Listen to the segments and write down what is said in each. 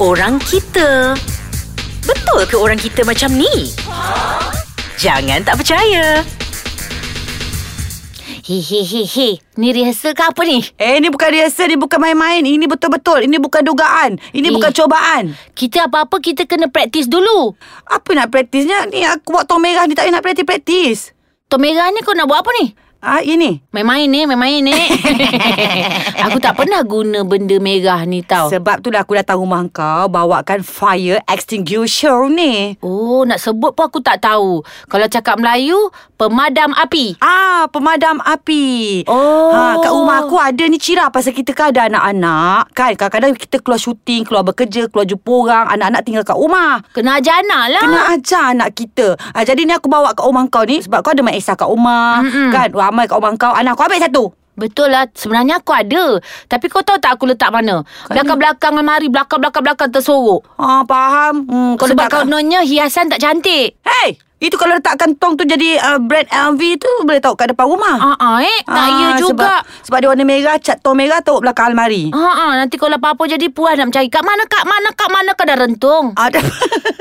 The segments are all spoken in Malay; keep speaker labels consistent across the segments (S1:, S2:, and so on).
S1: orang kita. Betul ke orang kita macam ni? Jangan tak percaya.
S2: Hehehehe. Ni rehearsal ke apa ni?
S3: Eh, ni bukan rehearsal, ni bukan main-main. Ini betul-betul. Ini bukan dugaan. Ini
S2: Eh.
S3: bukan cobaan.
S2: Kita apa-apa kita kena praktis dulu.
S3: Apa nak praktisnya? Ni aku buat tong merah ni tak payah nak praktis-praktis.
S2: Tok Merah ni kau nak buat apa ni?
S3: Ah, ini.
S2: Main-main ni, main-main ni. Aku tak pernah guna benda merah ni tau.
S3: Sebab tu lah aku datang rumah kau bawakan fire extinguisher ni.
S2: Oh, nak sebut pun aku tak tahu. Kalau cakap Melayu, pemadam api.
S3: Ah, pemadam api.
S2: Oh.
S3: Ha, kat rumah aku ada ni Cira pasal kita kan ada anak-anak kan. Kadang-kadang kita keluar syuting, keluar bekerja, keluar jumpa orang, anak-anak tinggal kat rumah.
S2: Kena ajar anak lah.
S3: Kena ajar anak kita ha, Jadi ni aku bawa kat rumah kau ni Sebab kau ada Mak Esa kat rumah
S2: Mm-mm.
S3: Kan ramai kat rumah kau Anak kau ambil satu
S2: Betul lah. Sebenarnya aku ada. Tapi kau tahu tak aku letak mana? Belakang-belakang almari, belakang-belakang-belakang tersorok.
S3: ha, Faham hmm,
S2: Kau sebab
S3: letakkan-
S2: kau nonya hiasan tak cantik.
S3: Hey Itu kalau letakkan tong tu jadi uh, Brand LV tu Boleh taruh kat depan rumah
S2: Ah, ah eh. Tak
S3: Ah,
S2: ya juga.
S3: Sebab, sebab dia warna merah Cat tong merah taruh belakang almari
S2: Ah, ah, nanti kalau apa-apa jadi puas nak mencari. Kak mana, kak mana, kak mana kau dah rentung.
S3: Ada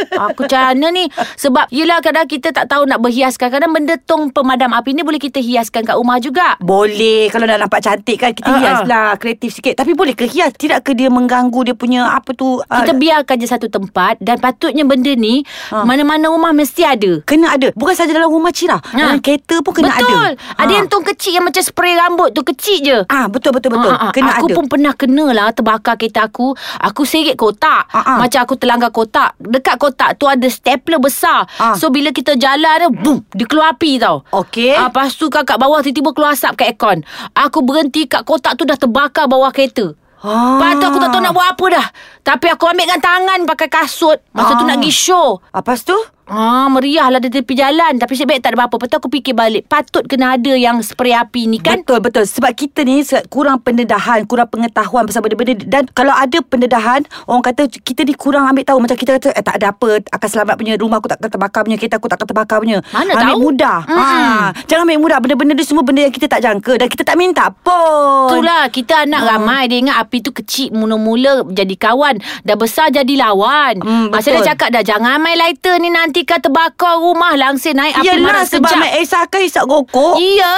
S2: Ah, Aku macam mana ni Sebab Yelah kadang kita tak tahu Nak berhias Kadang-kadang benda tong Pemadam api ni Boleh kita hiaskan kat rumah juga
S3: Boleh Kalau nak nampak cantik kan Kita
S2: Ah,
S3: uh,
S2: ah.
S3: hias lah Kreatif sikit Tapi boleh ke hias Tidak ke dia mengganggu Dia punya apa tu ah,
S2: Kita biarkan je satu tempat Dan patutnya benda ni
S3: Ha.
S2: Mana-mana rumah mesti ada
S3: Kena ada Bukan saja dalam rumah Cira Dalam kereta pun kena ada
S2: Ya. Betul Ada
S3: Ah.
S2: yang tong kecil Yang macam spray rambut tu Kecil je
S3: Ah betul betul betul.
S2: Ah, ah, ah.
S3: Kena
S2: aku
S3: ada.
S2: pun pernah kena lah terbakar kereta aku. Aku seret kotak.
S3: Ah, ah.
S2: Macam aku terlanggar kotak. Dekat kotak tu ada stapler besar.
S3: Ah.
S2: So bila kita jalan dia, boom, dia keluar api tau.
S3: Okey.
S2: Ah, lepas tu kakak bawah tiba-tiba keluar asap kat aircon. Aku berhenti kat kotak tu dah terbakar bawah kereta.
S3: Ah.
S2: Lepas tu aku tak tahu nak buat apa dah. Tapi aku ambil dengan tangan pakai kasut. Masa tu
S3: Ah.
S2: nak pergi show.
S3: Lepas tu?
S2: Ah, meriah lah di tepi jalan. Tapi sebab tak ada apa-apa. Lepas tu aku fikir balik. Patut kena ada yang spray api ni kan.
S3: Betul betul sebab kita ni se- kurang pendedahan, kurang pengetahuan pasal benda-benda ni. dan kalau ada pendedahan orang kata kita ni kurang ambil tahu macam kita kata eh, tak ada apa akan selamat punya rumah aku tak akan terbakar punya kereta aku tak akan terbakar punya.
S2: Mana
S3: ambil
S2: tahu?
S3: mudah.
S2: Mm-mm.
S3: Ha, jangan ambil mudah benda-benda ni semua benda yang kita tak jangka dan kita tak minta pun.
S2: Itulah kita
S3: Ah.
S2: anak ramai Dia ingat api tu kecil Mula-mula jadi kawan Dah besar jadi lawan
S3: Hmm,
S2: Masa
S3: betul.
S2: dia cakap dah Jangan main lighter ni Nanti kan terbakar rumah Langsir naik api
S3: Yelah
S2: marah
S3: sebab
S2: sekejap
S3: Mak Esa kan hisap rokok.
S2: Iya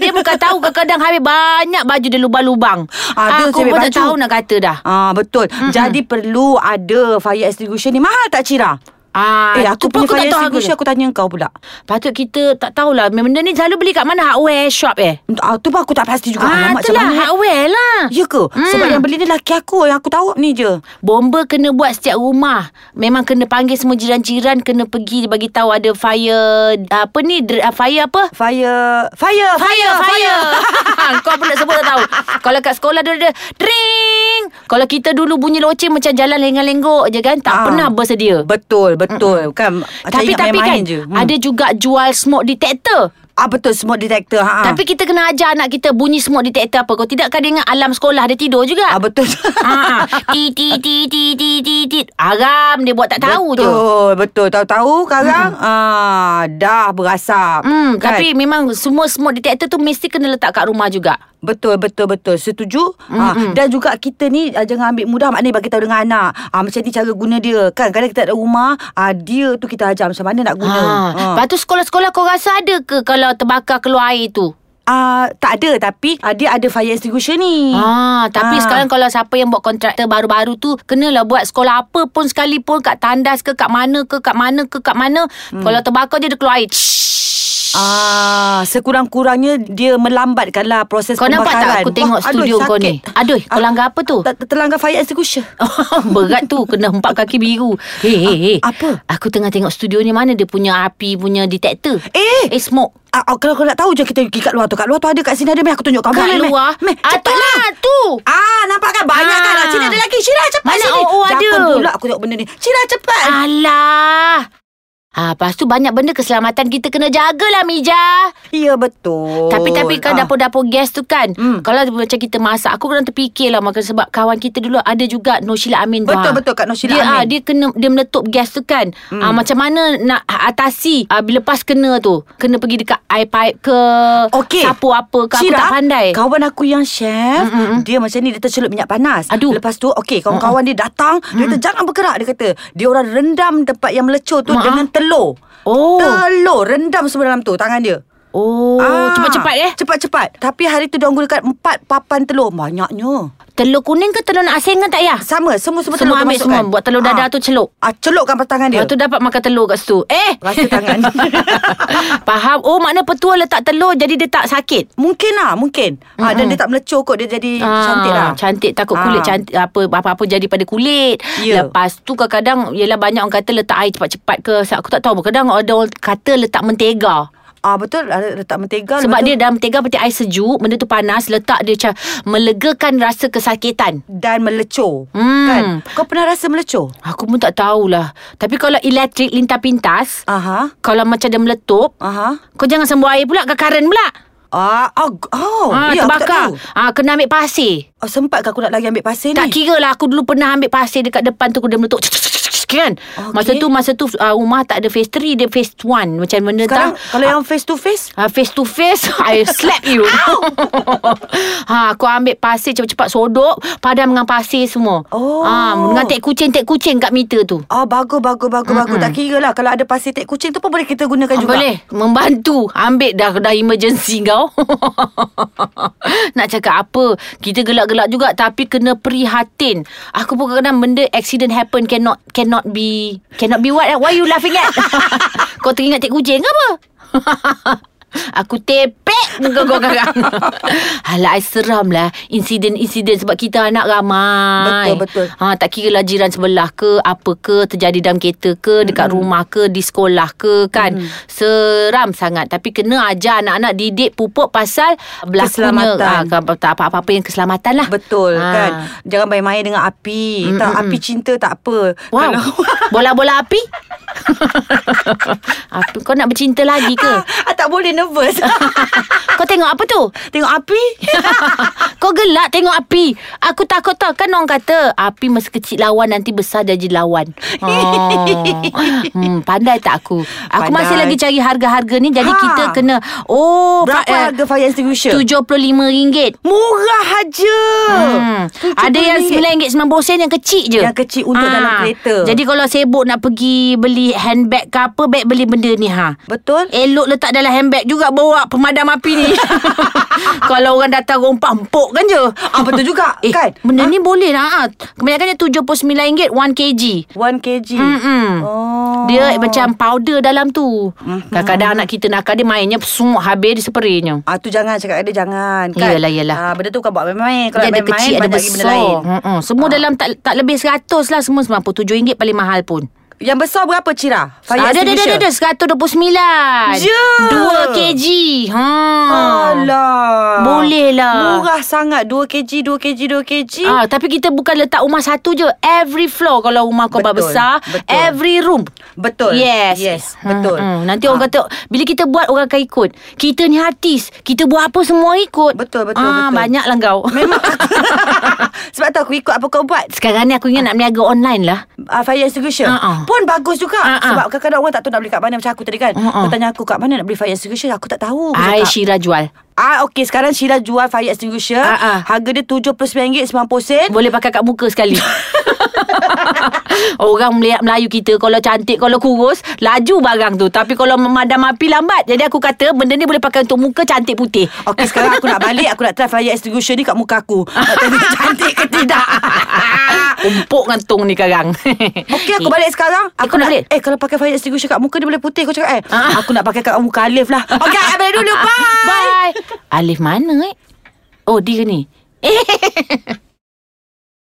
S2: Dia bukan tahu Kadang-kadang habis banyak baju dia lubang-lubang
S3: Ada
S2: Aku
S3: cebik
S2: pun tak
S3: baju.
S2: tahu nak kata dah
S3: Ah betul. Mm-hmm. Jadi perlu ada fire extinguisher ni mahal tak Cira?
S2: Ah,
S3: Eh aku
S2: tu pun
S3: punya fire
S2: harga
S3: extinguisher
S2: dia.
S3: aku tanya kau pula.
S2: Patut kita tak tahulah Benda ni selalu beli kat mana Hardware shop eh
S3: Ah, tu pun aku tak pasti juga.
S2: Ah,
S3: Alamak, macam
S2: itulah
S3: mana?
S2: hardware lah
S3: Ya ke? Hmm. Sebab yang beli ni laki aku yang aku tahu ni je.
S2: Bomba kena buat setiap rumah. Memang kena panggil semua jiran-jiran kena pergi bagi tahu ada fire apa ni dr- ah, fire apa?
S3: Fire, fire,
S2: Fire fire. Kau pun nak sebut tak tahu. Kalau kat sekolah dia ada dring. Kalau kita dulu bunyi loceng macam jalan lengang-lenggok je kan tak
S3: Ah.
S2: pernah bersedia.
S3: Betul, betul. Kan macam
S2: tapi
S3: ingat
S2: tapi kan
S3: main-main je.
S2: hmm. ada juga jual smoke detector.
S3: ah betul smoke detector. Ha.
S2: Tapi kita kena ajar anak kita bunyi smoke detector apa. Kau tidak kadang ingat alam sekolah dia tidur juga.
S3: ah betul.
S2: Ah, ah. ti ti ti ti ti ti ti. Aram dia buat tak tahu je.
S3: Betul, betul. Tahu-tahu sekarang ah dah berasap.
S2: Hmm, kan? tapi memang semua semua detector tu mesti kena letak kat rumah juga.
S3: Betul betul betul setuju ha, dan juga kita ni ah, jangan ambil mudah maknanya bagi tahu dengan anak ah macam ni cara guna dia kan kadang kita ada rumah ah, dia tu kita ajar macam mana nak
S2: Ha.
S3: guna ha.
S2: Lepas tu sekolah-sekolah kau rasa ada ke kalau terbakar keluar air tu?
S3: Ah, tak ada tapi ah, dia ada fire extinguisher ni
S2: Ah,
S3: Ah.
S2: tapi sekarang kalau siapa yang buat kontraktor baru-baru tu kenalah buat sekolah apa pun sekalipun kat tandas ke kat mana ke kat mana ke kat mana hmm. kalau terbakar je dia keluar air.
S3: Ah, sekurang-kurangnya dia melambatkanlah proses
S2: Kau nampak
S3: pembakaran.
S2: tak aku tengok
S3: Wah,
S2: studio
S3: aduh,
S2: kau ni?
S3: sakit. Ah,
S2: Aduh, kau langgar apa tu?
S3: Tak terlanggar fire extinguisher.
S2: Berat tu Kena empat kaki biru Ah, Hei hei hei
S3: A- apa?
S2: Aku tengah tengok studio ni Mana dia punya api Punya detektor
S3: Eh!
S2: Eh smoke
S3: Ah, ah, kalau kau nak tahu je kita pergi kat luar tu. Kat luar tu ada kat sini ada meh aku tunjuk kau.
S2: Kat
S3: Meh, meh,
S2: luar
S3: Meh,
S2: Ah, tu
S3: cepatlah.
S2: lah, tu
S3: Ah, nampak kan banyak
S2: Ah.
S3: kan. Ah, Sini ada lagi. Syirah cepat
S2: Mana?
S3: sini.
S2: Oh, oh, ada. Ah.
S3: Jakun pula aku tengok benda ni. Syirah cepat.
S2: Alah Ha, lepas tu banyak benda keselamatan kita kena jagalah Mija.
S3: Ya betul
S2: Tapi tapi kan
S3: Ah.
S2: dapur-dapur gas tu kan
S3: Hmm.
S2: Kalau macam kita masak Aku kurang terfikirlah Maka sebab kawan kita dulu Ada juga Noshila Amin tu,
S3: Betul,
S2: ah.
S3: betul, Kak Noshila
S2: dia,
S3: Amin.
S2: ah, Dia kena dia meletup gas tu kan hmm. ah, Macam mana nak atasi ah, Bila pas kena tu Kena pergi dekat air pipe ke
S3: Okey.
S2: Sapu apa ke Aku
S3: Syirah,
S2: tak pandai Mm,
S3: Kawan aku yang chef, Mm-mm. dia macam ni dia tercelup minyak panas.
S2: Aduh. Mm,
S3: Lepas tu okey, kawan-kawan dia datang, dia kata jangan bergerak dia kata. Dia orang rendam tempat yang melecur tu
S2: Maaf.
S3: dengan telur.
S2: Oh.
S3: Telur rendam semua dalam tu tangan dia. Ah.
S2: Oh Cepat-cepat eh
S3: Cepat-cepat. Tapi hari tu dia orang gunakan empat papan telur. Banyaknya.
S2: Telur kuning ke telur nak asin kan tak payah
S3: Sama, semua-semua telur
S2: Semua
S3: dia
S2: ambil
S3: masukkan.
S2: semua Buat telur dadar
S3: Ah.
S2: tu celup
S3: Ah, celupkan pas tangan dia.
S2: Lepas tu dapat makan telur kat situ Eh
S3: Rasa tangan.
S2: Faham Oh makna petua letak telur Jadi dia tak sakit
S3: mungkin lah, mungkin. Ah, dan dia tak melecur kot, dia jadi cantik lah.
S2: Ah, Cantik takut
S3: Ah.
S2: kulit cantik apa apa-apa jadi pada kulit.
S3: Ya.
S2: Lepas tu kadang-kadang ialah banyak orang kata letak air cepat-cepat ke aku tak tahu kadang ada orang kata letak mentega.
S3: Ah betul ada letak mentega lepas
S2: Sebab
S3: tu-
S2: dia dalam mentega berarti air sejuk, benda tu panas, letak dia macam melegakan rasa kesakitan.
S3: dan melecur
S2: Hmm.
S3: kan kau pernah rasa melecur
S2: Aku pun tak tahulah. Tapi kalau elektrik lintah pintas,
S3: aha
S2: kalau macam dia meletup,
S3: aha
S2: kau jangan sembuh air pula ke karen pula.
S3: ah oh, oh
S2: ha,
S3: ya, aku tak
S2: terbakar.
S3: tahu.
S2: Ha, kena ambil pasir.
S3: Oh, sempat ke aku nak lagi ambil pasir
S2: Tak
S3: ni
S2: kira lah Aku dulu pernah ambil pasir Dekat depan tu Kuda meletup Kan okay.
S3: Oh, Okey.
S2: Masa tu Masa tu uh, rumah tak ada phase 3 Dia phase 1 Macam mana
S3: sekarang
S2: tak
S3: kalau yang face to face
S2: Uh, face to face I slap you ha, Aku ambil pasir Cepat-cepat sodok Padam dengan pasir semua
S3: Oh.
S2: ha, Dengan tek kucing-tek kucing Kat meter tu
S3: Oh bagus bagus bagus bagus tak kira lah kalau ada pasir tek kucing tu pun boleh kita gunakan
S2: Ah,
S3: juga
S2: Boleh Membantu Ambil dah Dah emergency kau Nak cakap apa Kita gelak-gelak juga Tapi kena prihatin Aku pun kadang-kadang Benda accident happen Cannot Cannot be Cannot be what eh? Why you laughing at Kau teringat tek kucing ke apa Aku tepek muka kau kakak Alah, I seram lah Insiden-insiden Sebab kita anak ramai
S3: Betul, betul.
S2: ha, Tak kira lah jiran sebelah ke Apa ke Terjadi dalam kereta ke Dekat mm-hmm. rumah ke Di sekolah ke Kan mm-hmm. Seram sangat Tapi kena ajar anak-anak Didik pupuk pasal Berlakunya
S3: Keselamatan.
S2: ha, ke- tak apa-apa yang keselamatan lah
S3: betul
S2: Ah.
S3: kan jangan main-main dengan api tak api cinta tak apa
S2: Wow
S3: Kalau-
S2: Bola-bola api Apa Kau nak bercinta lagi ke
S3: ah, tak boleh nervous
S2: Kau tengok apa tu
S3: tengok api
S2: Kau gelak tengok api Aku takut tau Kan orang kata Api masa kecil lawan Nanti besar jadi lawan oh. hmm, Pandai tak aku
S3: Pandai.
S2: Aku masih lagi cari harga-harga ni Jadi
S3: Ha.
S2: kita kena Oh
S3: berapa
S2: eh,
S3: harga fire extinguisher
S2: RM75
S3: murah aja
S2: Hmm. Ada yang RM9.90 yang kecil je Ha.
S3: Yang kecil untuk dalam kereta.
S2: Jadi kalau sibuk nak pergi Beli handbag ke apa Bag beli benda ni ha
S3: betul
S2: Elok letak dalam handbag juga Bawa pemadam api ni Kalau orang datang rompak Empuk kan je
S3: Ah betul juga
S2: Eh,
S3: kan?
S2: benda ni boleh lah. ah. Kebanyakan dia RM79, 1kg.
S3: 1 kg.
S2: Mm-mm.
S3: Oh. Mhm.
S2: Dia macam powder dalam tu. Kadang-kadang anak kita nakal dia mainnya pesung habis dia spraynya.
S3: Ah tu jangan cakap dia jangan kan.
S2: Yelah, yelah.
S3: Ah benda tu bukan buat main-main. Kalau
S2: Dia ada
S3: main-main
S2: kecil, ada
S3: banyak lagi benda
S2: besar.
S3: lain. Ah.
S2: Mm-mm. Semua dalam tak tak lebih 100 lah. Semua RM97 paling mahal pun. Ah,
S3: Yang besar berapa Cira? Fire
S2: ada, ada, ada,
S3: extinguisher.
S2: ada, 129.
S3: Ya.
S2: 2 kg. Ha.
S3: Alah.
S2: Boleh lah.
S3: Murah sangat 2 kg 2 kg 2 kg.
S2: Ah, tapi kita bukan letak rumah satu je. Every floor kalau rumah kau
S3: Betul,
S2: besar,
S3: betul.
S2: every room.
S3: Betul.
S2: Yes.
S3: Yes, betul. Ha.
S2: Hmm, hmm. Nanti orang kata bila kita buat orang akan ikut. Kita ni artis, kita buat apa semua orang ikut.
S3: Betul, betul,
S2: ah,
S3: betul.
S2: Banyaklah kau.
S3: Memang aku, Sebab tu aku ikut apa kau buat
S2: Sekarang ni aku ingat nak berniaga online lah.
S3: uh, Fire extinguisher
S2: Ah, ah.
S3: Pun bagus juga
S2: Ah, ah.
S3: Sebab kadang-kadang orang tak tahu nak beli kat mana Macam aku tadi kan
S2: Ah, ah.
S3: Kau tanya aku kat mana nak beli fire extinguisher Aku Oh, tak tahu aku
S2: Ai
S3: cakap.
S2: Syira jual.
S3: Ah okey sekarang Sheila jual fire extinguisher.
S2: Ah, ah.
S3: Harga dia RM79.90.
S2: Boleh pakai kat muka sekali. Orang Melayu, Melayu kita Kalau cantik Kalau kurus Laju barang tu Tapi kalau memadam api lambat Jadi aku kata Benda ni boleh pakai untuk muka Cantik putih
S3: Okey sekarang aku nak balik Aku nak try fire extinguisher ni kat muka aku Nak tengok cantik ke tidak
S2: Empuk ngantung ni sekarang
S3: Okey aku balik sekarang
S2: Eh,
S3: Aku
S2: kau nak balik?
S3: Eh kalau pakai fire extinguisher kat muka dia boleh putih Kau cakap eh
S2: Ah.
S3: Aku nak pakai kat muka Alif lah Okey I balik dulu bye
S2: Bye Alif mana eh Oh dia ni